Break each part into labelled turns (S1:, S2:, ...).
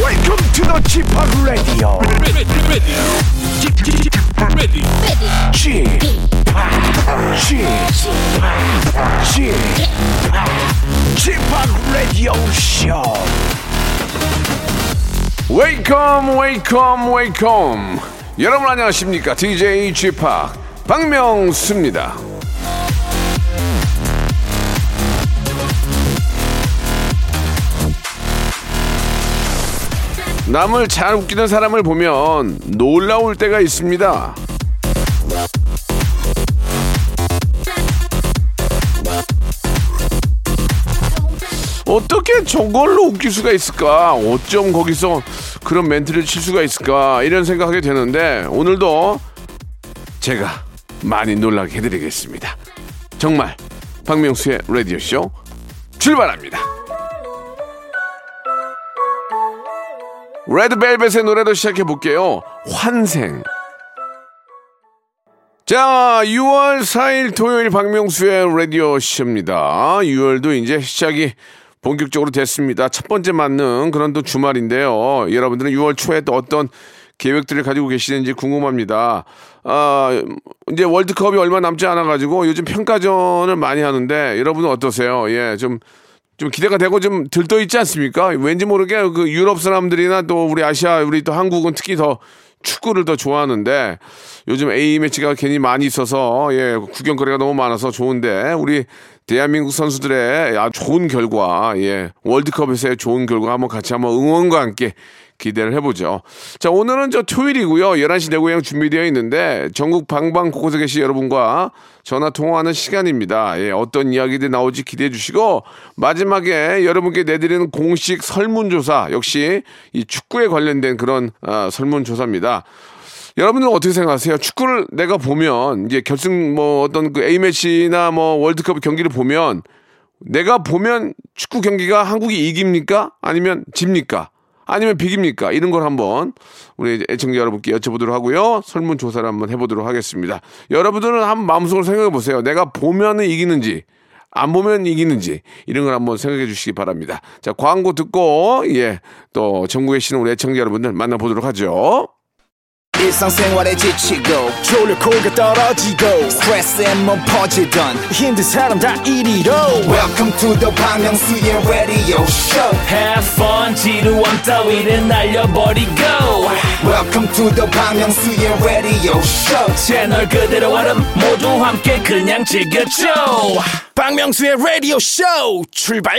S1: Welcome to the Chip Radio.
S2: ready, ready, ready, ready.
S1: Chip, Chip, Chip, Radio Show.
S3: 웨이컴 웨이컴 웨이컴 여러분 안녕하십니까 DJ g p 박명수입니다 남을 잘 웃기는 사람을 보면 놀라울 때가 있습니다 어떻게 저걸로 웃길 수가 있을까? 어쩜 거기서 그런 멘트를 칠 수가 있을까? 이런 생각하게 되는데 오늘도 제가 많이 놀라게 해드리겠습니다. 정말 박명수의 라디오 쇼 출발합니다. 레드벨벳의 노래도 시작해 볼게요. 환생. 자, 6월 4일 토요일 박명수의 라디오 쇼입니다. 6월도 이제 시작이 본격적으로 됐습니다. 첫 번째 맞는 그런 또 주말인데요. 여러분들은 6월 초에 또 어떤 계획들을 가지고 계시는지 궁금합니다. 아, 이제 월드컵이 얼마 남지 않아가지고 요즘 평가전을 많이 하는데 여러분은 어떠세요? 예, 좀 좀 기대가 되고 좀 들떠 있지 않습니까? 왠지 모르게 그 유럽 사람들이나 또 우리 아시아 우리 또 한국은 특히 더 축구를 더 좋아하는데 요즘 A 매치가 괜히 많이 있어서 예 구경거리가 너무 많아서 좋은데 우리 대한민국 선수들의 아 좋은 결과 예 월드컵에서의 좋은 결과 한번 같이 한번 응원과 함께 기대를 해보죠. 자, 오늘은 저 토요일이고요. 11시 내고향 준비되어 있는데 전국 방방 곳곳에 계신 여러분과 전화 통화하는 시간입니다. 예, 어떤 이야기들이 나오지 기대해 주시고 마지막에 여러분께 내드리는 공식 설문조사 역시 이 축구에 관련된 그런 아, 설문조사입니다. 여러분들은 어떻게 생각하세요? 축구를 내가 보면 이제 결승 뭐 어떤 그 A 매치나 뭐 월드컵 경기를 보면 내가 보면 축구 경기가 한국이 이깁니까? 아니면 집니까? 아니면 비깁니까? 이런 걸 한번 우리 애청자 여러분께 여쭤보도록 하고요. 설문조사를 한번 해보도록 하겠습니다. 여러분들은 한번 마음속으로 생각해 보세요. 내가 보면은 이기는지, 안 보면 이기는지, 이런 걸 한번 생각해 주시기 바랍니다. 자, 광고 듣고, 예, 또 전국에 계시는 우리 애청자 여러분들 만나보도록 하죠.
S4: 일상생활에 지치고, 졸려 코가 떨어지고, 스트레스에 몸 퍼지던, 힘든 사람 다 이리로. welcome to the Bang Myung-soo's radio show
S5: Have fun 지루한 따위를 날려버리고
S4: welcome to the Bang Myung-soo's radio show
S5: 채널 그대로 와름 모두 함께 그냥 즐겨줘
S2: 박명수의 라디오 쇼 출발!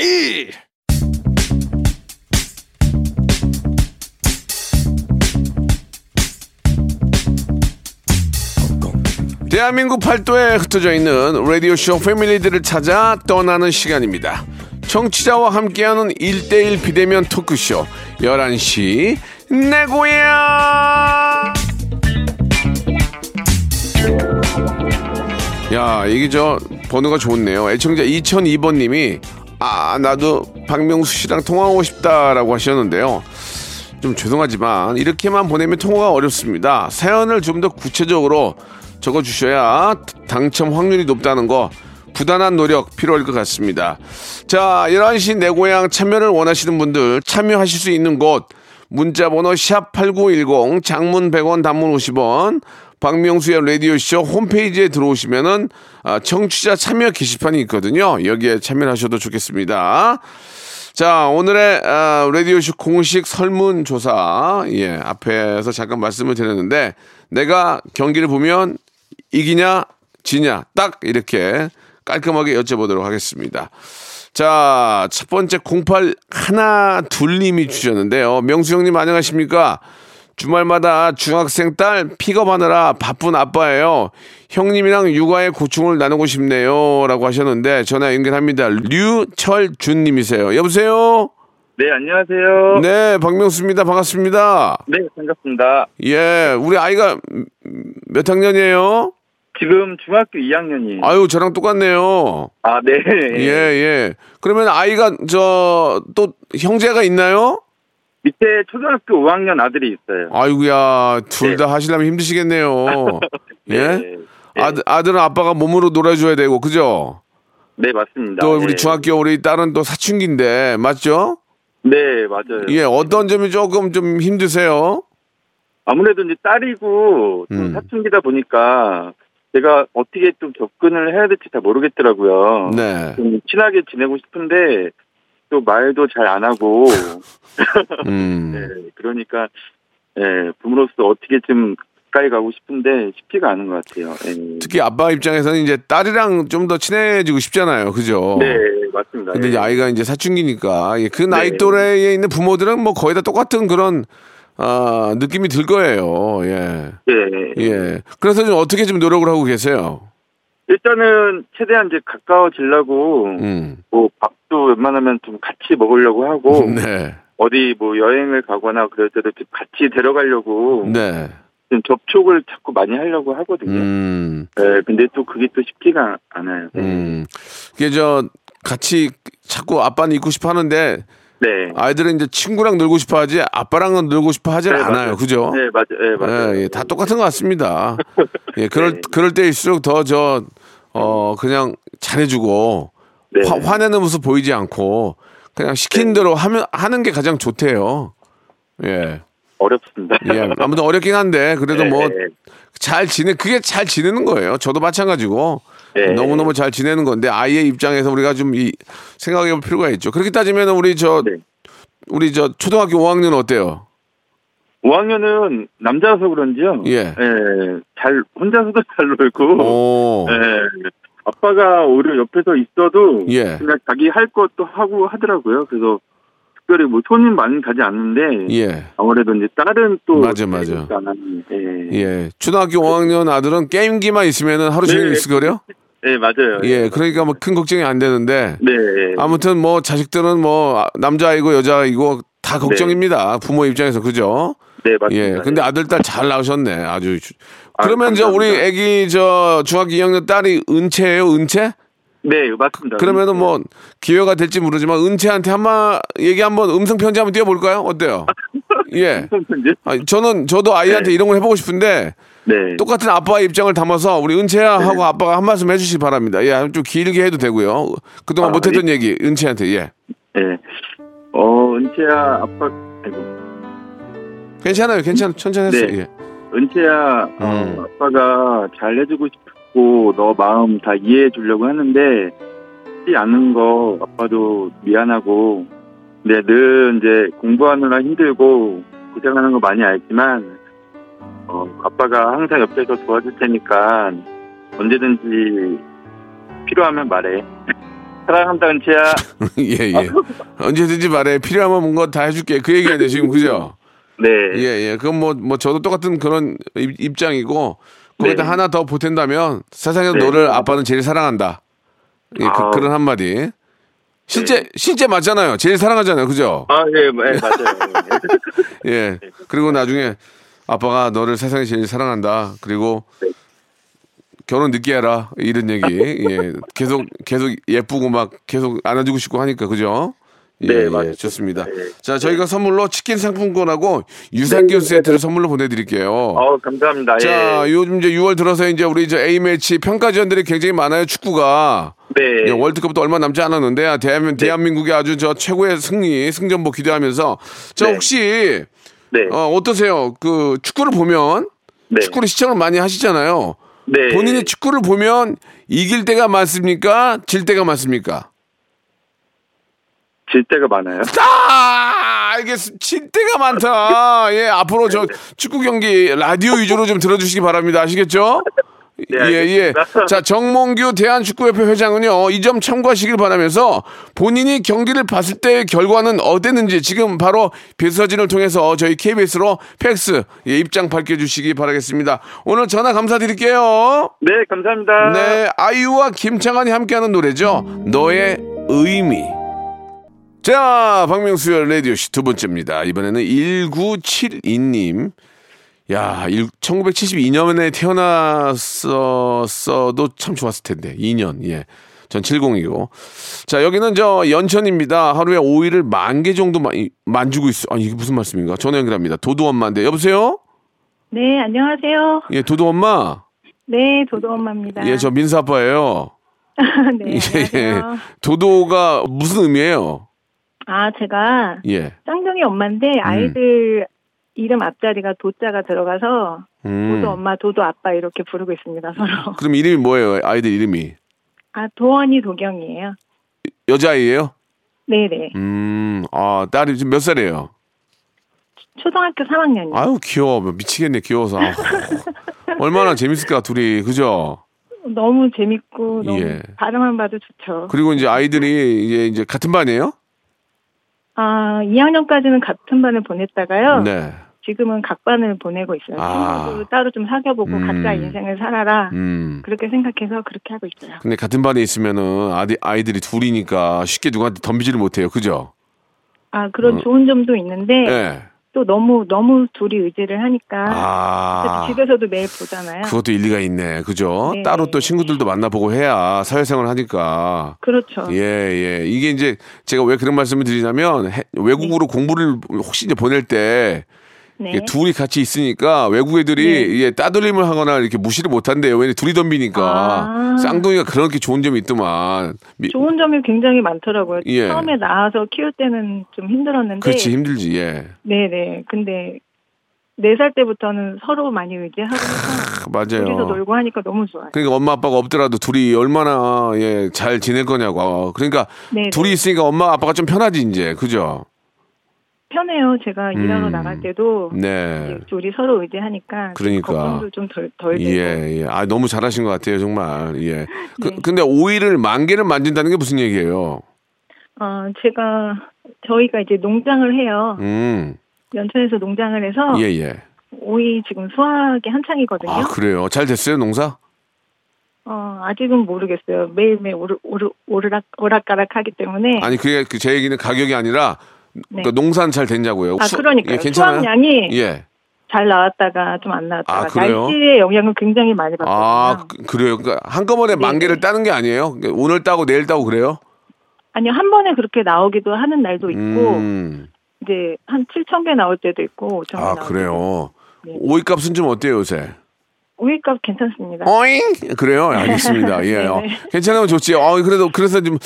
S3: 대한민국 팔도에 흩어져 있는 라디오쇼 패밀리들을 찾아 떠나는 시간입니다. 청취자와 함께하는 일대일 비대면 토크쇼 11시 내 고향 야 이게 저 번호가 좋네요. 애청자 2002번님이 아 나도 박명수 씨랑 통화하고 싶다라고 하셨는데요. 좀 죄송하지만 이렇게만 보내면 통화가 어렵습니다. 사연을 좀 더 구체적으로 적어 주셔야 당첨 확률이 높다는 거 부단한 노력 필요할 것 같습니다. 자, 11시 내 고향 참여를 원하시는 분들 참여하실 수 있는 곳 문자 번호 샵8910 장문 100원 단문 50원 박명수의 라디오쇼 홈페이지에 들어오시면은 아, 청취자 참여 게시판이 있거든요. 여기에 참여하셔도 좋겠습니다. 자, 오늘의 아, 라디오쇼 공식 설문조사. 예, 앞에서 잠깐 말씀을 드렸는데, 내가 경기를 보면 이기냐, 지냐, 딱 이렇게 깔끔하게 여쭤보도록 하겠습니다. 자, 첫 번째 08 하나 둘님이 주셨는데요. 명수 형님 안녕하십니까? 주말마다 중학생 딸 픽업하느라 바쁜 아빠예요. 형님이랑 육아의 고충을 나누고 싶네요. 라고 하셨는데 전화 연결합니다. 류철준 님이세요. 여보세요?
S6: 네, 안녕하세요. 네,
S3: 네, 박명수입니다. 반갑습니다.
S7: 네,
S6: 반갑습니다.
S3: 예, 우리 아이가 몇 학년이에요?
S6: 지금 중학교 2학년이에요.
S3: 아유, 저랑 똑같네요.
S6: 아, 네.
S3: 예, 예. 그러면 아이가 저 또 형제가 있나요?
S6: 밑에 초등학교 5학년 아들이 있어요.
S3: 아이고야, 둘
S6: 네.
S7: 예.
S3: 다 하시려면 힘드시겠네요. 예?
S6: 네,
S3: 아들, 아들은 아빠가 몸으로 놀아줘야 되고, 그죠?
S6: 네, 맞습니다.
S7: 아, 예.
S3: 또 우리
S6: 네.
S3: 중학교 우리 딸은 또 사춘기인데 맞죠?
S7: 네, 맞아요.
S3: 예, 어떤 점이 조금 좀 힘드세요?
S7: 아무래도 이제 딸이고 좀
S3: 음.
S7: 사춘기다 보니까 제가 어떻게 좀 접근을 해야 될지 잘 모르겠더라고요.
S3: 네.
S7: 좀 친하게 지내고 싶은데 또 말도 잘 안 하고
S3: 음.
S7: 네, 그러니까 예, 부모로서 어떻게 좀 가까이 가고 싶은데 쉽지가 않은 것 같아요. 예.
S3: 특히 아빠 입장에서는 이제 딸이랑 좀 더 친해지고 싶잖아요. 그죠?
S7: 네, 맞습니다.
S3: 어. 근데 이제
S7: 예.
S3: 아이가 이제 사춘기니까 예, 그 나이
S7: 네.
S3: 또래에 있는 부모들은 뭐 거의 다 똑같은 그런 아, 느낌이 들 거예요. 예.
S7: 예.
S3: 예. 그래서 좀 어떻게 좀 노력을 하고 계세요?
S7: 일단은 최대한 이제 가까워지려고
S3: 음.
S7: 뭐 밥도 웬만하면 좀 같이 먹으려고 하고
S3: 네.
S7: 어디 뭐 여행을 가거나 그럴 때도 좀 같이 데려가려고
S3: 네.
S7: 좀 접촉을 자꾸 많이 하려고 하거든요.
S3: 음.
S7: 예, 근데 또 그게 또 쉽지가 않아요.
S3: 음. 이게 저 같이 자꾸 아빠는 있고 싶어 하는데
S7: 네.
S3: 아이들은 이제 친구랑 놀고 싶어 하지 아빠랑은 놀고 싶어 하질
S7: 네,
S3: 않아요.
S7: 맞아요.
S3: 그죠?
S7: 네, 맞아요. 예, 맞아요.
S3: 예, 예, 다 똑같은 것 같습니다. 예, 그럴
S7: 네.
S3: 그럴 때일수록 더 저 어, 그냥 잘해주고
S7: 네.
S3: 화, 화내는 모습 보이지 않고 그냥 시킨 대로 하면 하는 게 가장 좋대요. 예,
S7: 어렵습니다.
S3: 예. 아무튼 어렵긴 한데 그래도
S7: 네,
S3: 뭐
S7: 네.
S3: 잘 지내 그게 잘 지내는 거예요. 저도 마찬가지고
S7: 네.
S3: 너무 너무 잘 지내는 건데 아이의 입장에서 우리가 좀 이 생각해볼 필요가 있죠. 그렇게 따지면 우리 저
S7: 네.
S3: 우리 저 초등학교 5학년 어때요?
S7: 5학년은 남자라서 그런지요.
S3: 예. 어,
S7: 잘 혼자서도 잘 놀고.
S3: 오,
S7: 예. 아빠가 오히려 옆에서 있어도
S3: 예.
S7: 그냥 자기 할 것도 하고 하더라고요. 그래서 특별히 뭐 손님 많이 가지 않는데
S3: 예.
S7: 아무래도 이제 딸은 또
S3: 맞아, 맞아.
S7: 안 예. 예.
S3: 예. 초등학교 5학년 아들은 게임기만 있으면은 하루 종일
S7: 네.
S3: 있을 거려?
S7: 맞아요.
S3: 예. 그러니까 뭐 큰 걱정이 안 되는데
S7: 네.
S3: 아무튼 뭐 자식들은 뭐 아, 남자이고 여자이고 다 걱정입니다. 부모 입장에서 그죠?
S7: 네, 맞습니다.
S3: 예. 근데 아들 딸 잘 나오셨네. 아주 주-
S7: 아,
S3: 그러면 저 우리
S7: 감사합니다.
S3: 애기 저 중학교 2학년 딸이 은채예요, 은채?
S7: 네, 맞습니다.
S3: 그러면은 뭐 기회가 될지 모르지만 은채한테 한마 얘기 한번 음성 편지 한번 띄워 볼까요? 어때요? 예.
S7: 이제?
S3: 아, 저는 저도 아이한테
S7: 네.
S3: 이런 걸 해보고 싶은데
S7: 네.
S3: 똑같은 아빠의 입장을 담아서 우리 은채야 하고 아빠가 한 말씀 해주시기 바랍니다. 예, 좀 길게 해도 되고요. 그동안
S7: 아,
S3: 못했던 얘기 은채한테 예.
S7: 예. 어, 은채야, 아빠, 아이고,
S3: 괜찮아요, 괜찮, 천천히 했어요.
S7: 네.
S3: 예.
S7: 은채야,
S3: 음.
S7: 어, 아빠가 잘 해주고 싶고, 너 마음 다 이해해 주려고 하는데, 쉽지 않은 거, 아빠도 미안하고, 근데 늘 이제 공부하느라 힘들고, 고생하는 거 많이 알지만, 어, 아빠가 항상 옆에서 도와줄 테니까, 언제든지 필요하면 말해. 사랑한다, 은채야.
S3: 예,
S7: 아,
S3: 예. 언제든지 말해. 필요하면 뭔가 다 해줄게. 그 얘기인데 지금 그죠?
S7: 네.
S3: 예, 예. 그건 뭐, 뭐 저도 똑같은 그런 입- 입장이고 거기다
S7: 네.
S3: 하나 더 보탠다면 세상에서
S7: 네.
S3: 너를 아빠는 제일 사랑한다. 예,
S7: 아. 네.
S3: 그, 런 한마디. 실제 실제 맞잖아요. 제일 사랑하잖아요, 그죠?
S7: 아, 네. 예, 예, 맞아요.
S3: 예. 그리고 나중에 아빠가 너를 세상에 제일 사랑한다. 그리고
S7: 네.
S3: 결혼 늦게 해라 이런 얘기. 예. 계속 계속 예쁘고 막 계속 안아주고 싶고 하니까 그죠? 예,
S7: 네,
S3: 예,
S7: 맞습니다.
S3: 좋습니다.
S7: 네.
S3: 자, 저희가 선물로 치킨 상품권하고 유산균 세트를 선물로 보내드릴게요.
S7: 어, 감사합니다.
S3: 자,
S7: 예.
S3: 요즘 이제 6월 들어서 이제 우리 이제 A 매치 평가전들이 굉장히 많아요 축구가.
S7: 네.
S3: 예, 월드컵도 얼마 남지 않았는데 아, 대한민, 대한민국의 아주 저 최고의 승리 승전보 기대하면서 저
S7: 네.
S3: 혹시
S7: 네.
S3: 어, 어떠세요? 그 축구를 보면
S7: 네.
S3: 축구를 시청을 많이 하시잖아요.
S7: 네.
S3: 본인이 축구를 보면 이길 때가 많습니까? 질 때가 많습니까?
S7: 질 때가 많아요.
S3: 아, 알겠습니다. 질 때가 많다. 예, 앞으로 저 축구 경기 라디오 위주로 좀 들어주시기 바랍니다. 아시겠죠? 예, 예.
S7: 네, 알겠습니다.
S3: 자, 정몽규 대한축구협회 회장은요, 이 점 참고하시길 바라면서 본인이 경기를 봤을 때의 결과는 어땠는지 지금 바로 비서진을 통해서 저희 KBS로 팩스 예, 입장 밝혀주시기 바라겠습니다. 오늘 전화 감사드릴게요.
S7: 네, 감사합니다.
S3: 네, 아이유와 김창완이 함께하는 노래죠. 너의 의미. 자, 박명수의 라디오 씨 두 번째입니다. 이번에는 1972님. 야, 1972년에 태어났었어도 참 좋았을 텐데. 2년, 예. 전 70이고. 자, 여기는 저 연천입니다. 하루에 오이를 만 개 정도 마- 이- 만지고 있어. 아, 이게 무슨 말씀인가? 전화 연결합니다. 도도 엄마인데. 여보세요?
S8: 네, 안녕하세요.
S3: 예, 도도 엄마.
S8: 네, 도도 엄마입니다.
S3: 예, 저 민수 아빠예요. 예.
S8: 네, 안녕하세요.
S3: 도도가 무슨 의미예요?
S8: 아, 제가
S3: 예.
S8: 쌍둥이 엄마인데 아이들 이름 앞자리가 도자가 들어가서
S3: 음.
S8: 도도 엄마, 도도 아빠 이렇게 부르고 있습니다, 서로.
S3: 그럼 이름이 뭐예요? 아이들 이름이
S8: 아, 도원이 도경이에요.
S3: 여자아이예요?
S8: 네네.
S3: 음. 아 딸이 지금 몇 살이에요?
S8: 초등학교 3학년이요.
S3: 아유 귀여워 미치겠네 귀여워서 아우. 얼마나 재밌을까 둘이 그죠?
S8: 너무 재밌고, 너무
S3: 예.
S8: 발음만 봐도 좋죠.
S3: 그리고 이제 아이들이 이제 이제 같은 반이에요?
S8: 아, 2학년까지는 같은 반을 보냈다가요.
S3: 네.
S8: 지금은 각반을 보내고 있어요.
S3: 아.
S8: 친구도 따로 좀 사귀어보고
S3: 음.
S8: 각자 인생을 살아라.
S3: 음.
S8: 그렇게 생각해서 그렇게 하고 있어요.
S3: 근데 같은 반에 있으면은 아디, 아이들이 둘이니까 쉽게 누구한테 덤비지를 못해요. 그죠?
S8: 아, 그런
S3: 음.
S8: 좋은 점도 있는데,
S3: 예.
S8: 또 너무, 너무 둘이 의지를 하니까,
S3: 아.
S8: 집에서도 매일 보잖아요.
S3: 그것도 일리가 있네. 그죠?
S8: 네.
S3: 따로 또 친구들도 만나보고 해야 사회생활 하니까.
S8: 그, 렇죠
S3: 예, 예. 이게 이제 제가 왜 그런 말씀을 드리냐면 해- 외국으로 공부를 혹시 이제 보낼 때
S8: 네.
S3: 이게 둘이 같이 있으니까 외국 애들이 이게 따돌림을 하거나 이렇게 무시를 못한대요. 왜냐 둘이 덤비니까
S8: 아.
S3: 쌍둥이가 그렇게 좋은 점이 있더만. 미-
S8: 좋은 점이 굉장히 많더라고요.
S3: 예.
S8: 처음에 나와서 키울 때는 좀 힘들었는데,
S3: 그렇지 힘들지. 예.
S8: 네네. 근데, 네 살 때부터는 서로 많이 의지하고, 해서
S3: 크, 맞아요.
S8: 둘이서 놀고 하니까 너무 좋아요.
S3: 그러니까 엄마 아빠가 없더라도 둘이 얼마나 예, 잘 지낼 거냐고. 어, 그러니까
S8: 네,
S3: 둘이 있으니까 엄마 아빠가 좀 편하지 이제. 그죠?
S8: 편해요. 제가 일하러
S3: 음.
S8: 나갈 때도,
S3: 네.
S8: 이제 우리 서로 의지하니까 좀
S3: 그러니까.
S8: 걱정도 좀덜 덜 되고
S3: 예, 예. 아, 너무 잘하신 것 같아요, 정말. 예. 그,
S8: 네.
S3: 근데 오이를 만 개를 만진다는 게 무슨 얘기예요?
S8: 어, 제가 저희가 이제 농장을 해요.
S3: 음.
S8: 연천에서 농장을 해서
S3: 예, 예.
S8: 오이 지금 수확이 한창이거든요.
S3: 아, 그래요. 잘 됐어요, 농사?
S8: 어, 아직은 모르겠어요. 매일매일 오르, 오르, 오르락 오락가락 하기 때문에
S3: 아니, 그게 그 제 얘기는 가격이 아니라
S8: 네.
S3: 그러니까 농산 잘 됐냐고요.
S8: 아,
S3: 수-
S8: 그러니까요.
S3: 예, 괜찮아요.
S8: 수확량이
S3: 예.
S8: 잘 나왔다가 좀 안 나왔다가
S3: 아, 그래요?
S8: 날씨의 영향을 굉장히 많이 받거든요.
S3: 아, 그- 그래요. 그러니까 한꺼번에
S8: 네.
S3: 만 개를 따는 게 아니에요. 그러니까 오늘 따고 내일 따고 그래요?
S8: 아니 한 번에 그렇게 나오기도 하는 날도 있고
S3: 음.
S8: 이제 한 7천 개 나올 때도 있고 5천 개
S3: 아,
S8: 나올 때도
S3: 그래요.
S8: 네.
S3: 오이 값은 좀 어때요, 요새?
S8: 오이값 괜찮습니다.
S3: 어잉? 그래요? 알겠습니다. 예. 어,
S8: 네. 네네.
S3: 괜찮으면 좋지. 어, 그래도, 그래서 좀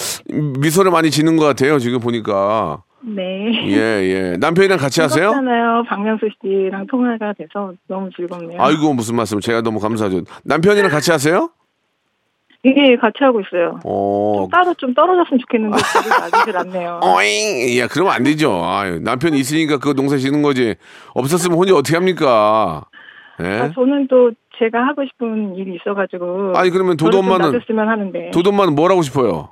S3: 미소를 많이 지는 것 같아요. 지금 보니까.
S8: 네.
S3: 예, 예. 남편이랑 같이 하세요?
S8: 즐겁잖아요. 박명수 씨랑 통화가 돼서 너무 즐겁네요.
S3: 아이고, 무슨 말씀. 제가 너무 감사하죠. 남편이랑 같이 하세요?
S8: 예, 같이 하고 있어요.
S3: 어,
S8: 좀 따로 좀 떨어졌으면 좋겠는데 둘이 나지질 않네요.
S3: 어잉? 야, 그러면 안 되죠. 아유, 남편이 있으니까 그거 농사 지는 거지. 없었으면 혼자 어떻게 합니까?
S8: 아,
S3: 예?
S8: 저는 또 제가 하고 싶은 일이 있어가지고.
S3: 아니, 그러면 도도
S8: 저를 좀
S3: 엄마는-
S8: 놔줬으면 하는데.
S3: 도돈만 뭘 하고 싶어요?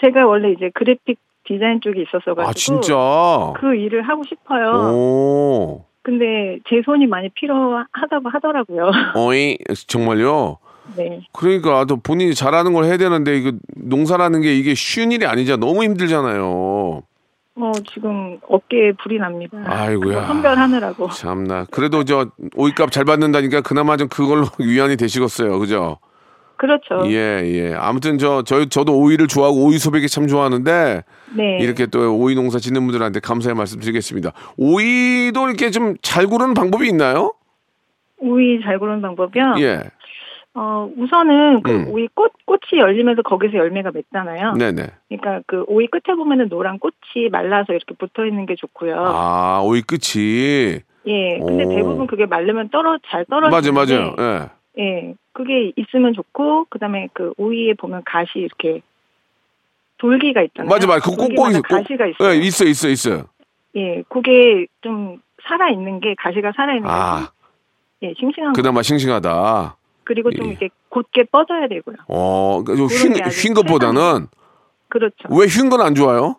S8: 제가 원래 이제 그래픽 디자인 쪽에 있었어가지고.
S3: 아, 진짜?
S8: 그 일을 하고 싶어요.
S3: 오.
S8: 근데 제 손이 많이 필요하다고 하더라고요.
S3: 어잉? 정말요?
S8: 네.
S3: 그러니까 또 본인이 잘하는 걸 해야 되는데 이거 농사라는 게 이게 쉬운 일이 아니잖아. 너무 힘들잖아요.
S8: 어, 지금 어깨에 불이 납니다.
S3: 아이고야.
S8: 그거 선별하느라고.
S3: 참나. 그래도 저 오이값 잘 받는다니까 그나마 좀 그걸로 위안이 되시겠어요. 그죠?
S8: 그렇죠.
S3: 예, 예. 아무튼 저, 저 저도 오이를 좋아하고 오이 소백이 참 좋아하는데
S8: 네.
S3: 이렇게 또 오이 농사 짓는 분들한테 감사의 말씀 드리겠습니다. 오이도 이렇게 좀 잘 고르는 방법이 있나요?
S8: 우이 잘 고르는 방법이요.
S3: 예.
S8: 어, 우선은 그
S3: 음.
S8: 오이 꽃, 꽃이 열리면서 거기서 열매가 맺잖아요.
S3: 네, 네.
S8: 그러니까 그 오이 끝에 보면은 노란 꽃이 말라서 이렇게 붙어 있는 게 좋고요.
S3: 아, 오이 끝이
S8: 예. 근데
S3: 오.
S8: 대부분 그게 말르면 떨어 잘 떨어지는데
S3: 맞아, 맞아요. 예.
S8: 예. 그게 있으면 좋고 그다음에 그 오이에 보면 가시 이렇게 돌기가 있잖아요.
S3: 맞아, 맞아. 그거 꼭꼭
S8: 돌기마다
S3: 있어. 꼭-
S8: 가시가 있어요.
S3: 예, 있어, 있어, 있어.
S8: 예. 그게 좀 살아 있는 게 가시가 살아 있는
S3: 아,
S8: 게 예, 싱싱한 거.
S3: 그나마 싱싱하다.
S8: 그리고 좀
S3: 예.
S8: 이렇게 곧게 뻗어야 되고요.
S3: 어, 그러니까 좀
S8: 그런
S3: 휜,
S8: 게 아주
S3: 휜 것보다는
S8: 그렇죠.
S3: 왜 휜 건 안 좋아요?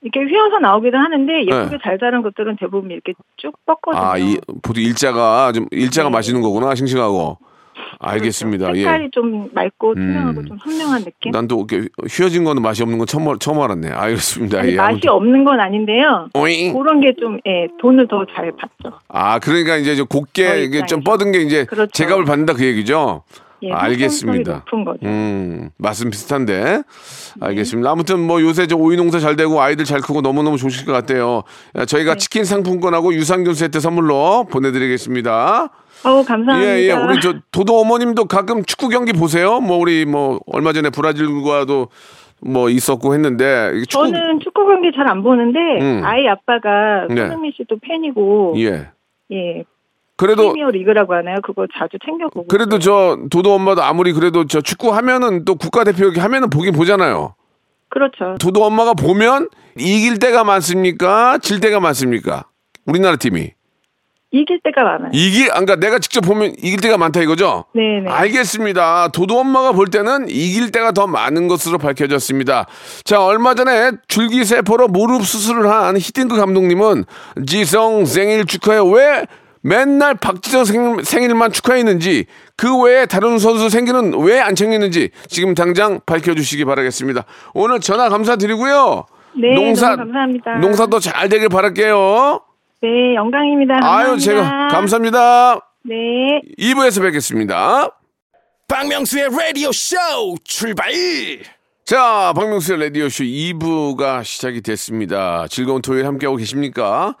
S8: 이렇게 휘어서 나오기도 하는데 예쁘게
S3: 네.
S8: 잘 자란 것들은 대부분 이렇게 쭉 뻗거든요.
S3: 아, 이, 보통 일자가 좀 일자가
S8: 어, 네.
S3: 맛있는 거구나 싱싱하고. 알겠습니다.
S8: 그렇죠. 색깔이
S3: 예.
S8: 좀 맑고 투명하고
S3: 음.
S8: 좀 선명한 느낌.
S3: 난 또 휘어진 거는 맛이 없는 건 처음 알- 처음 알았네. 알겠습니다.
S8: 아니,
S3: 예.
S8: 맛이 없는 건 아닌데요.
S3: 오잉.
S8: 그런 게 좀 예, 돈을 더 잘 받죠.
S3: 아, 그러니까 이제 좀
S8: 더
S3: 곱게 이게 좀
S8: 입장에서.
S3: 뻗은 게 이제
S8: 그렇죠.
S3: 제값을 받는다 그 얘기죠.
S8: 예,
S3: 알겠습니다.
S8: 생산성이 높은 거죠.
S3: 음, 말씀
S8: 네.
S3: 비슷한데. 알겠습니다. 아무튼 뭐 요새 저 오이 농사 잘 되고 아이들 잘 크고 너무너무 좋으실 것 같아요. 야,
S8: 네.
S3: 저희가 치킨 상품권하고 유산균 세트 선물로 보내드리겠습니다.
S8: 어우 감사합니다.
S3: 예, 예. 우리 저 도도 어머님도 가끔 축구 경기 보세요. 뭐 우리 뭐 얼마 전에 브라질과도 뭐 있었고 했는데 이게 축구-
S8: 저는 축구 경기 잘 안 보는데
S3: 음.
S8: 아이 아빠가
S3: 네.
S8: 손흥민 씨도 팬이고 예,
S3: 예. 그래도
S8: 프리미어 리그라고 하나요? 그거 자주 챙겨보고
S3: 그래도 저 도도 엄마도 아무리 그래도 저 축구 하면은 또 국가대표 이렇게 하면은 보긴 보잖아요.
S8: 그렇죠.
S3: 도도 엄마가 보면 이길 때가 많습니까? 질 때가 많습니까? 우리나라 팀이
S8: 이길 때가 많아요.
S3: 이길 아, 그러니까 내가 직접 보면 이길 때가 많다 이거죠?
S8: 네네.
S3: 알겠습니다. 도도 엄마가 볼 때는 이길 때가 더 많은 것으로 밝혀졌습니다. 자, 얼마 전에 줄기세포로 무릎 수술을 한 히딩크 감독님은 지성 생일 축하해 왜 맨날 박지성 생- 생일만 축하했는지 그 외에 다른 선수 생일은 왜 안 챙겼는지 지금 당장 밝혀주시기 바라겠습니다. 오늘 전화 감사드리고요.
S8: 네, 너무 감사합니다.
S3: 농사도 잘 되길 바랄게요.
S8: 네, 영광입니다.
S3: 아유,
S8: 감사합니다.
S3: 제가 감사합니다.
S8: 네.
S3: 2부에서 뵙겠습니다.
S2: 박명수의 라디오 쇼 출발
S3: 자, 박명수의 라디오쇼 2부가 시작이 됐습니다. 즐거운 토요일 함께하고 계십니까?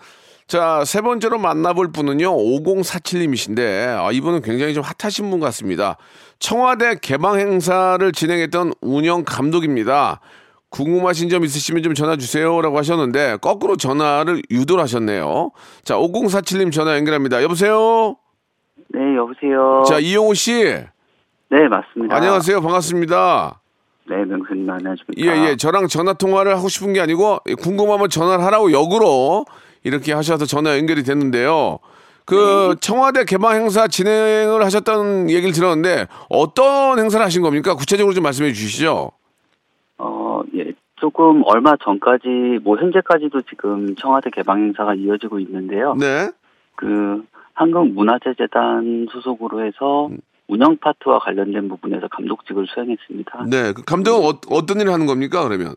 S3: 자, 세 번째로 만나볼 분은요, 5047님이신데, 아, 이분은 굉장히 좀 핫하신 분 같습니다. 청와대 개방 행사를 진행했던 운영 감독입니다. 궁금하신 점 있으시면 좀 전화 주세요라고 하셨는데, 거꾸로 전화를 유도를 하셨네요. 자, 5047님 전화 연결합니다. 여보세요?
S7: 네, 여보세요.
S3: 자, 이용호 씨.
S7: 네, 맞습니다.
S3: 안녕하세요. 반갑습니다.
S7: 네, 명수님 안녕하십니까?
S3: 예, 예. 저랑 전화 통화를 하고 싶은 게 아니고 궁금하면 전화를 하라고 역으로 이렇게 하셔서 전화 연결이 됐는데요. 그
S7: 네.
S3: 청와대 개방 행사 진행을 하셨다는 얘기를 들었는데 어떤 행사를 하신 겁니까? 구체적으로 좀 말씀해 주시죠.
S7: 어, 예. 조금 얼마 전까지 뭐 현재까지도 지금 청와대 개방 행사가 이어지고 있는데요.
S3: 네.
S7: 그 한국문화재재단 소속으로 해서
S3: 음.
S7: 운영 파트와 관련된 부분에서 감독직을 수행했습니다.
S3: 네. 그 감독은 어, 어떤 일을 하는 겁니까? 그러면.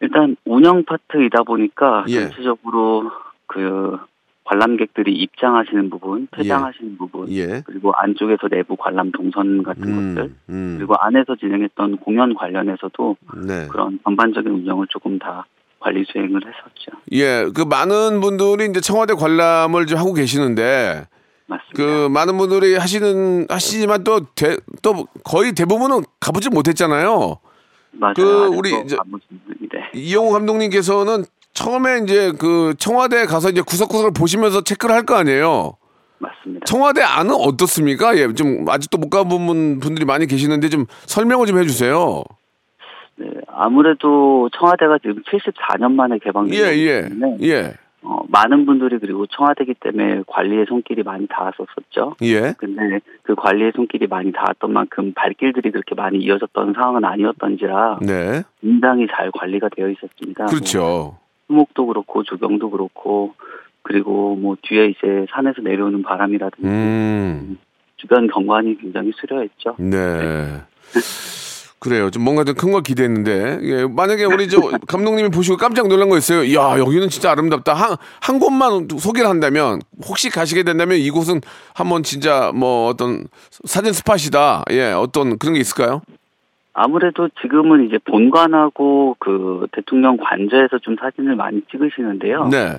S7: 일단 운영 파트이다 보니까
S3: 예.
S7: 전체적으로 그 관람객들이 입장하시는 부분, 퇴장하시는 부분,
S3: 예.
S7: 그리고 안쪽에서 내부 관람 동선 같은 것들,
S3: 음. 음.
S7: 뭐 그리고 안에서 진행했던 공연 관련해서도
S3: 네.
S7: 그런 전반적인 운영을 조금 다 관리 수행을 했었죠.
S3: 예. 그 많은 분들이 이제 청와대 관람을 좀 하고 계시는데
S7: 맞습니다.
S3: 그 많은 분들이 하시는 하시지만 또 또 거의 대부분은 가보지 못했잖아요.
S7: 맞아요.
S3: 그
S7: 아직도 네,
S3: 우리 이제-
S7: 안 보신 분인데.
S3: 이영호 감독님께서는 처음에 이제 그 청와대에 가서 이제 구석구석을 보시면서 체크를 할 거 아니에요.
S7: 맞습니다.
S3: 청와대 안은 어떻습니까? 예, 좀 아직도 못 가본 분들이 많이 계시는데 좀 설명을 좀 해주세요.
S7: 네, 아무래도 청와대가 지금 74년 만에
S3: 예,
S7: 개방된
S3: 예,
S7: 때문에
S3: 예,
S7: 어, 많은 분들이 그리고 청와대기 때문에 관리의 손길이 많이 닿았었었죠.
S3: 예.
S7: 근데 그 관리의 손길이 많이 닿았던 만큼 발길들이 그렇게 많이 이어졌던 상황은 아니었던지라
S3: 네,
S7: 굉장히 잘 관리가 되어 있었습니다.
S3: 그렇죠.
S7: 수목도 그렇고 조경도 그렇고 그리고 뭐 뒤에 이제 산에서 내려오는 바람이라든지
S3: 음,
S7: 주변 경관이 굉장히 수려했죠.
S3: 네. 그래요. 좀 뭔가 좀 큰 걸 기대했는데 예, 만약에 우리 저 감독님이 보시고 깜짝 놀란 거 있어요. 이야 여기는 진짜 아름답다. 한 한 곳만 소개를 한다면 혹시 가시게 된다면 이곳은 한번 진짜 뭐 어떤 사진 스팟이다. 예 어떤 그런 게 있을까요?
S7: 아무래도 지금은 이제 본관하고 그 대통령 관저에서 좀 사진을 많이 찍으시는데요.
S3: 네.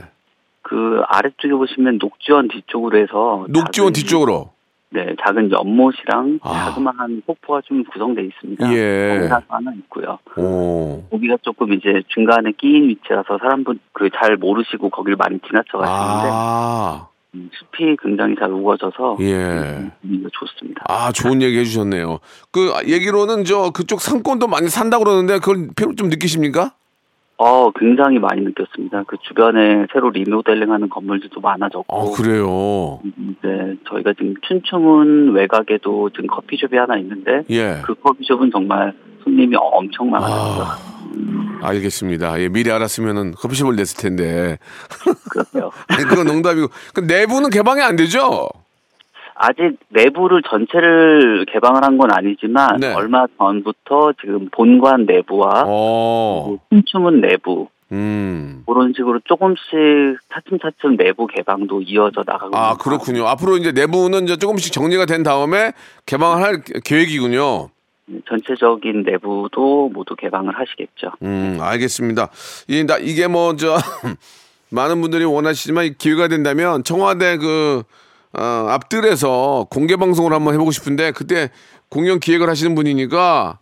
S7: 그 아래쪽에 보시면 녹지원 뒤쪽으로 해서
S3: 녹지원
S7: 작은-
S3: 뒤쪽으로.
S7: 네 작은 연못이랑
S3: 아.
S7: 자그마한 폭포가 좀 구성돼 있습니다.
S3: 예.
S7: 공사도 하나 있고요.
S3: 오.
S7: 거기가 조금 이제 중간에 끼인 위치라서 사람분 그 잘 모르시고 거기를 많이 지나쳐가시는데
S3: 아.
S7: 음, 숲이 굉장히 잘 우거져서
S3: 예.
S7: 분위기가 좋습니다.
S3: 아 좋은 얘기 해주셨네요. 그 얘기로는 저 그쪽 상권도 많이 산다 고 그러는데 그걸 필요 좀 느끼십니까?
S7: 어 굉장히 많이 느꼈습니다. 그 주변에 새로 리모델링하는 건물들도 많아졌고
S3: 아 그래요.
S7: 어, 음, 네, 저희가 지금 춘추문 외곽에도 지금 커피숍이 하나 있는데
S3: 예.
S7: 그 커피숍은 정말 손님이 엄청 많았어요.
S3: 아, 알겠습니다. 예, 미리 알았으면은 커피숍을 냈을 텐데.
S7: 그렇죠.
S3: 아니, 그건 농담이고. 그 내부는 개방이 안 되죠?
S7: 아직 내부를 전체를 개방을 한 건 아니지만
S3: 네.
S7: 얼마 전부터 지금 본관 내부와
S3: 어.
S7: 춘추문 내부
S3: 음.
S7: 그런 식으로 조금씩 차츰차츰 내부 개방도 이어져 나가고
S3: 아,
S7: 있습니다.
S3: 그렇군요. 앞으로 이제 내부는 이제 조금씩 정리가 된 다음에 개방을 할 계획이군요.
S7: 전체적인 내부도 모두 개방을 하시겠죠.
S3: 음, 알겠습니다. 이, 나, 이게 뭐, 저, 많은 분들이 원하시지만 이 기회가 된다면 청와대 그, 어, 앞뜰에서 공개 방송을 한번 해보고 싶은데 그때 공연 기획을 하시는 분이니까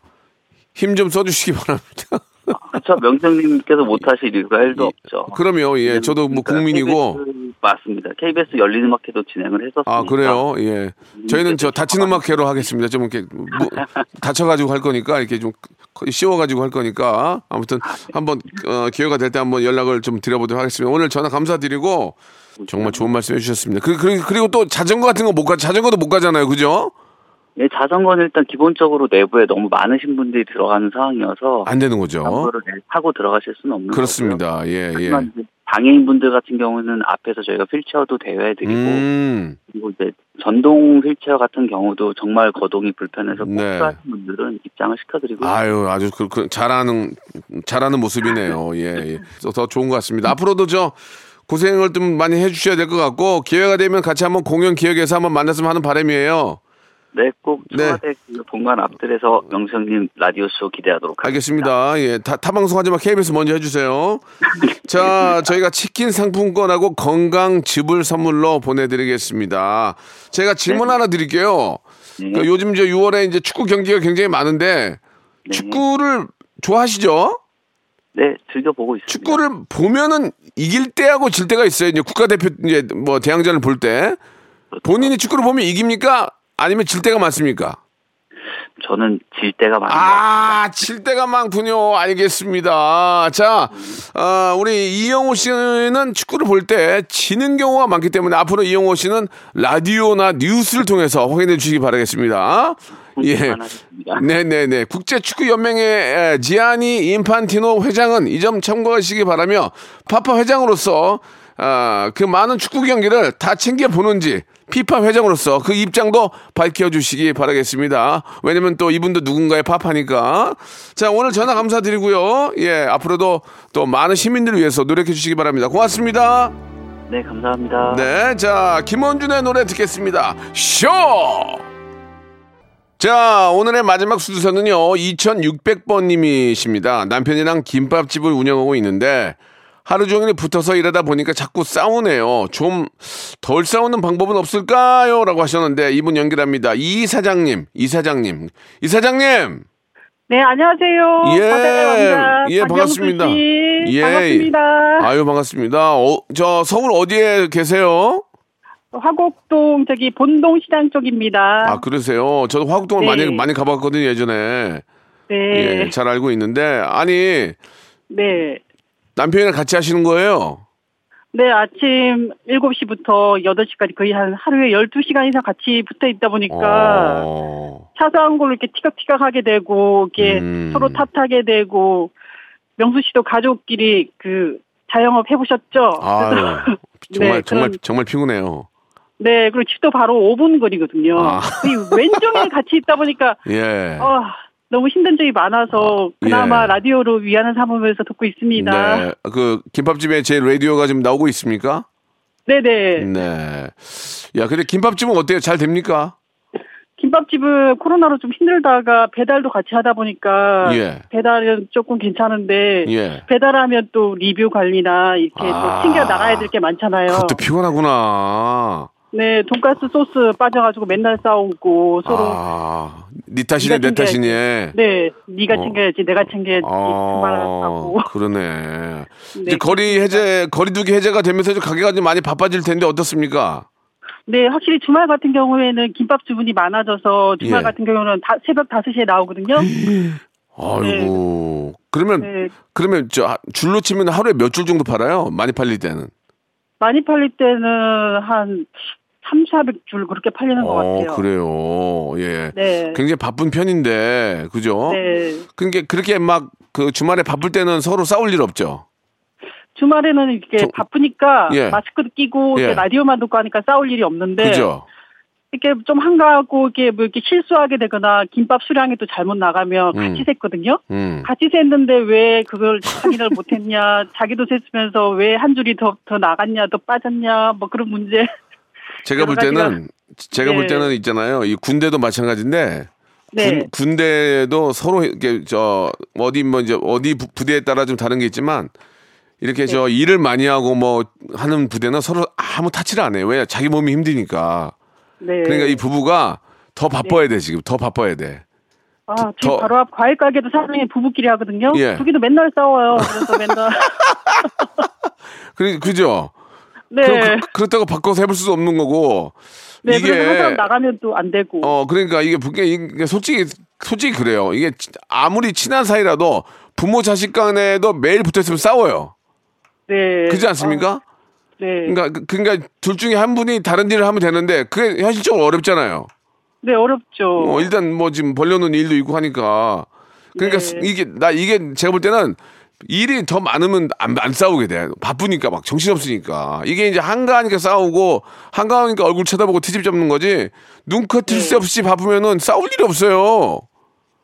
S3: 힘 좀 써주시기 바랍니다.
S7: 그렇죠. 명장님께서 못하실 이유가 1도 없죠.
S3: 예.
S7: 그러니까
S3: 그럼요. 예. 저도 뭐 국민이고.
S7: KBS, 맞습니다. KBS 열린 음악회도 진행을 했었습니다.
S3: 아 그래요. 예. 저희는 저 다치는 막회로 하겠습니다. 좀 이렇게 뭐, 다쳐가지고 할 거니까 이렇게 좀 씌워가지고 할 거니까 아무튼 한번 어, 기회가 될 때 한번 연락을 좀 드려보도록 하겠습니다. 오늘 전화 감사드리고 정말 좋은 말씀 해주셨습니다. 그, 그, 그리고 또 자전거 같은 거 못 가, 자전거도 못 가잖아요. 그죠?
S7: 예, 자전거는 일단 기본적으로 내부에 너무 많으신 분들이 들어가는 상황이어서
S3: 안 되는 거죠.
S7: 자전거를 내- 타고 들어가실 수는 없는 거고요.
S3: 그렇습니다. 예, 예.
S7: 하지만 이제 장애인분들 같은 경우는 앞에서 저희가 휠체어도 대여해드리고
S3: 음,
S7: 그리고 이제 전동 휠체어 같은 경우도 정말 거동이 불편해서 꼭
S3: 네.
S7: 필요하신 분들은 입장을 시켜드리고
S3: 아유, 아주 그, 그 잘하는 잘하는 모습이네요. 예, 예. 더- 더 좋은 것 같습니다. 앞으로도 저 고생을 좀 많이 해주셔야 될 것 같고 기회가 되면 같이 한번 공연 기획에서 한번 만났으면 하는 바람이에요.
S7: 네, 꼭
S3: 네.
S7: 청와대 그 본관 앞뜰에서 명성님 라디오 쇼 기대하도록 하겠습니다.
S3: 알겠습니다. 예, 타, 타방송 하지만 KBS 먼저 해주세요. 자, 저희가 치킨 상품권하고 건강즙을 선물로 보내드리겠습니다. 제가 질문 하나 드릴게요. 그 요즘 저 6월에 이제 축구 경기가 굉장히 많은데 축구를 좋아하시죠?
S7: 네, 즐겨보고 있습니다.
S3: 축구를 보면은 이길 때하고 질 때가 있어요. 이제 국가대표 이제 뭐 대항전을 볼 때 본인이 축구를 보면 이깁니까? 아니면 질 때가 많습니까?
S7: 저는 질 때가 많아요.
S3: 아, 칠 때가 많군요. 알겠습니다. 자, 아, 우리 이영호 씨는 축구를 볼 때 지는 경우가 많기 때문에 앞으로 이영호 씨는 라디오나 뉴스를 통해서 확인해 주시기 바라겠습니다. 예.
S7: 하겠습니다.
S3: 네네네. 국제축구연맹의 에, 지아니 인판티노 회장은 이 점 참고하시기 바라며 파파 회장으로서 아, 그 많은 축구 경기를 다 챙겨 보는지 피파 회장으로서 그 입장도 밝혀주시기 바라겠습니다. 왜냐면 또 이분도 누군가의 파파니까. 자 오늘 전화 감사드리고요. 예 앞으로도 또 많은 시민들을 위해서 노력해 주시기 바랍니다. 고맙습니다.
S7: 네, 감사합니다.
S3: 네, 자 김원준의 노래 듣겠습니다. 쇼. 자 오늘의 마지막 수두사는요 2,600번님이십니다. 남편이랑 김밥집을 운영하고 있는데 하루 종일 붙어서 일하다 보니까 자꾸 싸우네요. 좀 덜 싸우는 방법은 없을까요?라고 하셨는데 이분 연결합니다. 이 사장님, 이 사장님, 이 사장님.
S8: 네, 안녕하세요.
S3: 예,
S8: 바다의 왕자
S3: 예,
S8: 박명수
S3: 반갑습니다.
S8: 씨.
S3: 예.
S8: 반갑습니다.
S3: 아유 반갑습니다. 어, 저 서울 어디에 계세요?
S8: 화곡동 저기 본동시장 쪽입니다.
S3: 아 그러세요? 저도 화곡동을
S8: 네.
S3: 많이 많이 가봤거든요 예전에.
S8: 네,
S3: 예, 잘 알고 있는데 아니
S8: 네,
S3: 남편이랑 같이 하시는 거예요?
S8: 네. 아침 7시부터 8시까지 거의 한 하루에 12시간 이상 같이 붙어 있다 보니까
S3: 어,
S8: 차사한 걸로 이렇게 티격티격하게 되고 이게
S3: 음.
S8: 서로 탓하게 되고 명수 씨도 가족끼리 그 자영업 해보셨죠? 그래서
S3: 아유 정말
S8: 네,
S3: 정말
S8: 그런-
S3: 정말 피곤해요.
S8: 네, 그리고 집도 바로 5분 거리거든요.
S3: 아.
S8: 이 왼쪽에 같이 있다 보니까
S3: 예.
S8: 아, 너무 힘든 적이 많아서 그나마
S3: 예.
S8: 라디오로 위안을 삼으면서 듣고 있습니다.
S3: 네. 그 김밥집에 제 라디오가 지금 나오고 있습니까?
S8: 네, 네.
S3: 네. 야 근데 김밥집은 어때요? 잘 됩니까?
S8: 김밥집은 코로나로 좀 힘들다가 배달도 같이 하다 보니까
S3: 예.
S8: 배달은 조금 괜찮은데
S3: 예.
S8: 배달하면 또 리뷰 관리나 이렇게
S3: 아.
S8: 또 챙겨 나가야 될 게 많잖아요.
S3: 그것도 피곤하구나.
S8: 네, 돈가스 소스 빠져가지고 맨날 싸우고 서로
S3: 아, 네 탓이네 내
S8: 네가 챙겨야지.
S3: 탓이네.
S8: 네, 네가
S3: 어. 아.
S8: 챙겨야지 내가 챙겨야지 그 말을 하고
S3: 그러네.
S8: 네,
S3: 이제 거리 해제, 거리두기 해제가 되면서 이제 가게가 좀 많이 바빠질 텐데 어떻습니까?
S8: 네, 확실히 주말 같은 경우에는 김밥 주문이 많아져서 주말
S3: 예.
S8: 같은 경우는 다, 새벽 5시에 나오거든요.
S3: 아이고. 그러면
S8: 네,
S3: 그러면 저 줄로 치면 하루에 몇 줄 정도 팔아요? 많이 팔릴 때는.
S8: 많이 팔릴 때는 한 3, 400줄 그렇게 팔리는 것 같아요.
S3: 어, 그래요. 예.
S8: 네.
S3: 굉장히 바쁜 편인데, 그죠?
S8: 네.
S3: 그러니까 그렇게 막 그 주말에 바쁠 때는 서로 싸울 일 없죠.
S8: 주말에는 이렇게
S3: 저-
S8: 바쁘니까
S3: 예.
S8: 마스크도 끼고
S3: 예.
S8: 이렇게 라디오만 듣고 하니까 싸울 일이 없는데
S3: 그죠?
S8: 이렇게 좀 한가하고 이렇게 뭐 이렇게 실수하게 되거나 김밥 수량이 또 잘못 나가면
S3: 음.
S8: 같이 샜거든요.
S3: 음.
S8: 같이 샜는데 왜 그걸 확인을 못했냐, 자기도 샜으면서 왜 한 줄이 더, 더 나갔냐, 더 빠졌냐, 뭐 그런 문제.
S3: 제가 볼
S8: 여러 가지가-
S3: 때는 제가 볼
S8: 네.
S3: 때는 있잖아요. 이 군대도 마찬가지인데
S8: 네.
S3: 군, 군대도 서로 이렇게 저 어디 뭐 이제 어디 부- 부대에 따라 좀 다른 게 있지만 이렇게
S8: 네.
S3: 저 일을 많이 하고 뭐 하는 부대는 서로 아무 타치를 안 해요. 왜 자기 몸이 힘드니까.
S8: 네.
S3: 그러니까 이 부부가 더 바빠야 돼 지금 더 바빠야 돼.
S8: 아, 저
S3: 더-
S8: 바로 앞 과일 가게도 사장님이 부부끼리 하거든요.
S3: 예.
S8: 거기도 맨날 싸워요. 그래서 맨날.
S3: 그, 그죠?
S8: 네.
S3: 그럼 그, 렇다고 바꿔서 해볼 수도 없는 거고.
S8: 네, 그래서 항상 나가면 또 안 되고.
S3: 어, 그러니까 이게, 부- 이게 솔직히, 솔직히 그래요. 이게 치- 아무리 친한 사이라도 부모 자식 간에도 매일 붙어 있으면 싸워요.
S8: 네.
S3: 그렇지 않습니까?
S8: 아, 네.
S3: 그러니까, 그- 그러니까 둘 중에 한 분이 다른 일을 하면 되는데 그게 현실적으로 어렵잖아요.
S8: 네, 어렵죠.
S3: 어, 일단 뭐 지금 벌려놓은 일도 있고 하니까. 그러니까
S8: 네.
S3: 스- 이게 나 이게 제가 볼 때는 일이 더 많으면 안, 안 싸우게 돼. 바쁘니까 막 정신없으니까. 이게 이제 한가하니까 싸우고 한가하니까 얼굴 쳐다보고 트집 잡는 거지. 눈커틀 새 없이 바쁘면은 싸울 일이 없어요.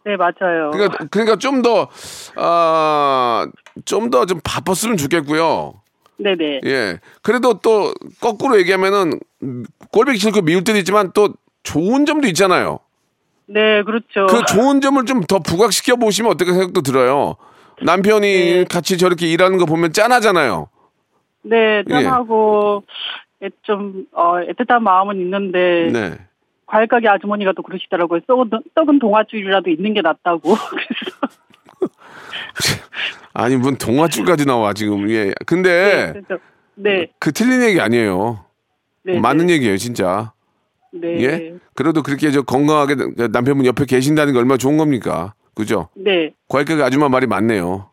S8: 네, 맞아요.
S3: 그러니까 그러니까 좀 더 아, 좀 더 좀 바빴으면 좋겠고요.
S8: 네네.
S3: 예. 그래도 또 거꾸로 얘기하면은 음, 꼴보기 싫고 미울 때도 있지만 또 좋은 점도 있잖아요.
S8: 네, 그렇죠.
S3: 그 좋은 점을 좀 더 부각시켜 보시면 어떨까 생각도 들어요. 남편이 같이 저렇게 일하는 거 보면 짠하잖아요. 예.
S8: 네, 짠하고, 애- 좀, 어, 애틋한 마음은 있는데,
S3: 네.
S8: 과일 가게 아주머니가 또 그러시더라고요. 썩은, 썩은 동아줄이라도 있는 게 낫다고. 그래서,
S3: 아니, 뭔 동화줄까지 나와, 지금. 예. 근데
S8: 그래서 네,
S3: 그 틀린 얘기 아니에요.
S8: 네.
S3: 맞는 얘기예요, 진짜.
S8: 네.
S3: 어, 예? 그래도 그렇게 저 건강하게 나- 남편분 옆에 계신다는 게 얼마나 좋은 겁니까? 그죠?
S8: 네.
S3: 과일가게 아줌마 말이 맞네요.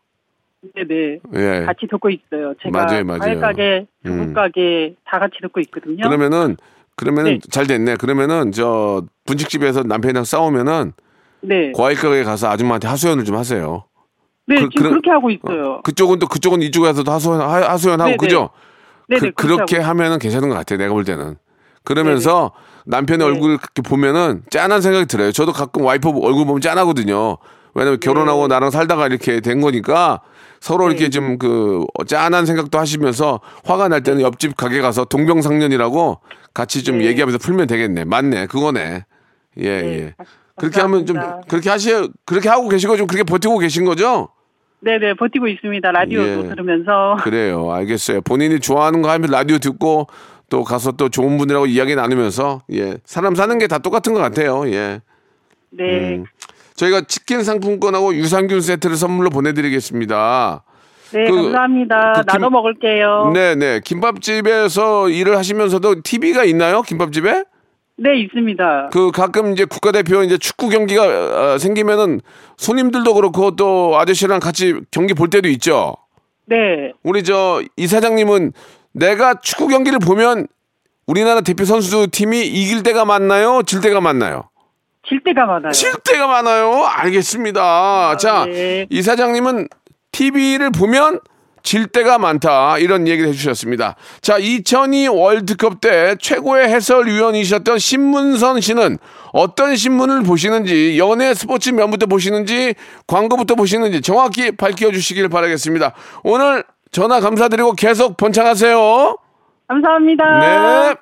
S8: 네, 네.
S3: 예.
S8: 같이 듣고 있어요. 제가
S3: 맞아요, 맞아요.
S8: 과일 가게, 중국
S3: 음.
S8: 가게 다 같이 듣고 있거든요.
S3: 그러면은 그러면은
S8: 네.
S3: 잘 됐네. 그러면은 저 분식집에서 남편이랑 싸우면은
S8: 네.
S3: 과일 가게 가서 아줌마한테 하소연을 좀 하세요.
S8: 네,
S3: 그-
S8: 지금
S3: 그런-
S8: 그렇게 하고 있어요.
S3: 그쪽은 또 그쪽은 이쪽에서도 하소연 하- 하소연하고
S8: 네네.
S3: 그죠?
S8: 네네,
S3: 그,
S8: 그렇게
S3: 그렇게 하면은 괜찮은 것 같아요. 내가 볼 때는. 그러면서 남편의
S8: 네.
S3: 얼굴 이렇게 보면은 짠한 생각이 들어요. 저도 가끔 와이프 얼굴 보면 짠하거든요. 왜냐면
S8: 네.
S3: 결혼하고 나랑 살다가 이렇게 된 거니까 서로
S8: 네.
S3: 이렇게 좀 그 짠한 생각도 하시면서 화가 날 때는 옆집 가게 가서 동병상련이라고 같이 좀
S8: 네.
S3: 얘기하면서 풀면 되겠네. 맞네. 그거네. 예,
S8: 네,
S3: 예.
S8: 감-
S3: 그렇게 하면 좀
S8: 감사합니다.
S3: 그렇게 하시 그렇게 하고 계시고 좀 그렇게 버티고 계신 거죠?
S8: 네네, 버티고 있습니다. 라디오도
S3: 예.
S8: 들으면서.
S3: 그래요. 알겠어요. 본인이 좋아하는 거 하면 라디오 듣고 또 가서 또 좋은 분들하고 이야기 나누면서 예 사람 사는 게 다 똑같은 것 같아요. 예
S8: 네.
S3: 음. 저희가 치킨 상품권하고 유산균 세트를 선물로 보내드리겠습니다.
S8: 네,
S3: 그-
S8: 감사합니다.
S3: 그 김-
S8: 나눠 먹을게요. 네.
S3: 네네 김밥집에서 일을 하시면서도 TV가 있나요? 김밥집에?
S8: 네, 있습니다.
S3: 그 가끔 이제 국가대표 이제 축구 경기가 어, 생기면은 손님들도 그렇고 또 아저씨랑 같이 경기 볼 때도 있죠.
S8: 네.
S3: 우리 저 이사장님은 내가 축구 경기를 보면 우리나라 대표 선수 팀이 이길 때가 많나요? 질 때가 많나요?
S8: 질 때가 많아요.
S3: 질 때가 많아요. 알겠습니다. 자,
S8: 네.
S3: 이사장님은 TV를 보면 질 때가 많다. 이런 얘기를 해주셨습니다. 자, 2002 월드컵 때 최고의 해설위원이셨던 신문선 씨는 어떤 신문을 보시는지, 연예 스포츠 면부터 보시는지, 광고부터 보시는지 정확히 밝혀주시길 바라겠습니다. 오늘 전화 감사드리고 계속 번창하세요.
S8: 감사합니다.
S3: 네.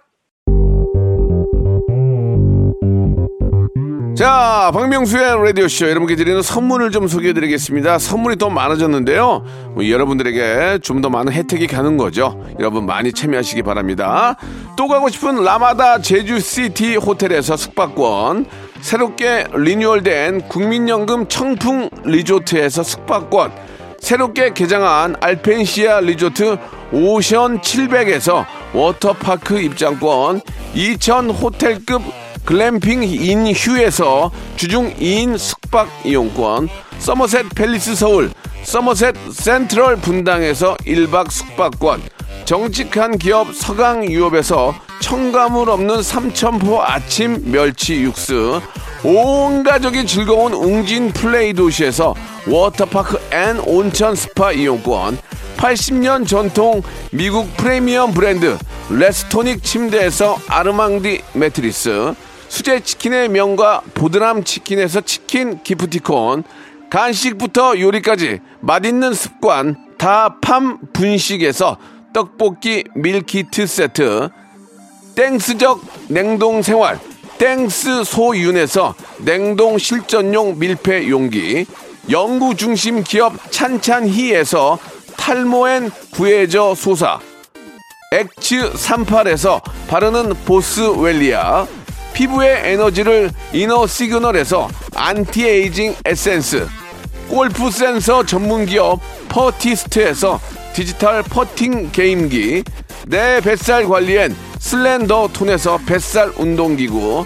S3: 자, 박명수의 라디오쇼 여러분께 드리는 선물을 좀 소개해 드리겠습니다. 선물이 더 많아졌는데요. 뭐 여러분들에게 좀 더 많은 혜택이 가는 거죠. 여러분 많이 참여하시기 바랍니다. 또 가고 싶은 라마다 제주시티 호텔에서 숙박권, 새롭게 리뉴얼된 국민연금 청풍 리조트에서 숙박권, 새롭게 개장한 알펜시아 리조트 오션 700에서 워터파크 입장권, 2000 호텔급 글램핑 인 휴에서 주중 2인 숙박 이용권, 서머셋 팰리스 서울, 서머셋 센트럴 분당에서 1박 숙박권, 정직한 기업 서강유업에서 첨가물 없는 삼천포 아침 멸치 육수 온 가족이 즐거운 웅진 플레이 도시에서 워터파크 앤 온천 스파 이용권 80년 전통 미국 프리미엄 브랜드 레스토닉 침대에서 아르망디 매트리스 수제 치킨의 명가 보드람 치킨에서 치킨 기프티콘 간식부터 요리까지 맛있는 습관 다팜 분식에서 떡볶이 밀키트 세트 땡스적 냉동 생활 땡스 소윤에서 냉동 실전용 밀폐 용기 연구 중심 기업 찬찬히에서 탈모엔 구해저 소사 엑츠 38에서 바르는 보스웰리아 피부의 에너지를 이너 시그널에서 안티에이징 에센스 골프 센서 전문 기업 퍼티스트에서 디지털 퍼팅 게임기 내 뱃살 관리엔 슬렌더 톤에서 뱃살 운동기구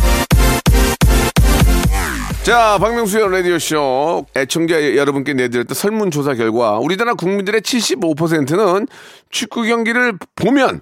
S3: 자, 박명수의 라디오쇼 애청자 여러분께 내드렸던 설문조사 결과 우리나라 국민들의 75%는 축구 경기를 보면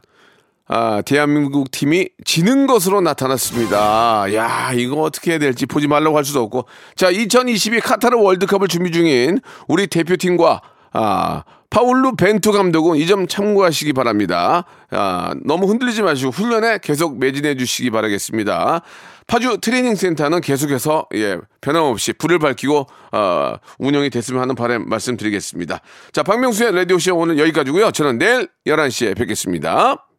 S3: 아, 대한민국 팀이 지는 것으로 나타났습니다. 야, 이거 어떻게 해야 될지 보지 말라고 할 수도 없고. 자, 2022 카타르 월드컵을 준비 중인 우리 대표팀과 아, 파울루 벤투 감독은 이 점 참고하시기 바랍니다. 아, 너무 흔들리지 마시고 훈련에 계속 매진해 주시기 바라겠습니다. 파주 트레이닝 센터는 계속해서 예, 변함없이 불을 밝히고 어, 운영이 됐으면 하는 바람 말씀드리겠습니다. 자, 박명수의 라디오 쇼 오늘 여기까지고요. 저는 내일 11시에 뵙겠습니다.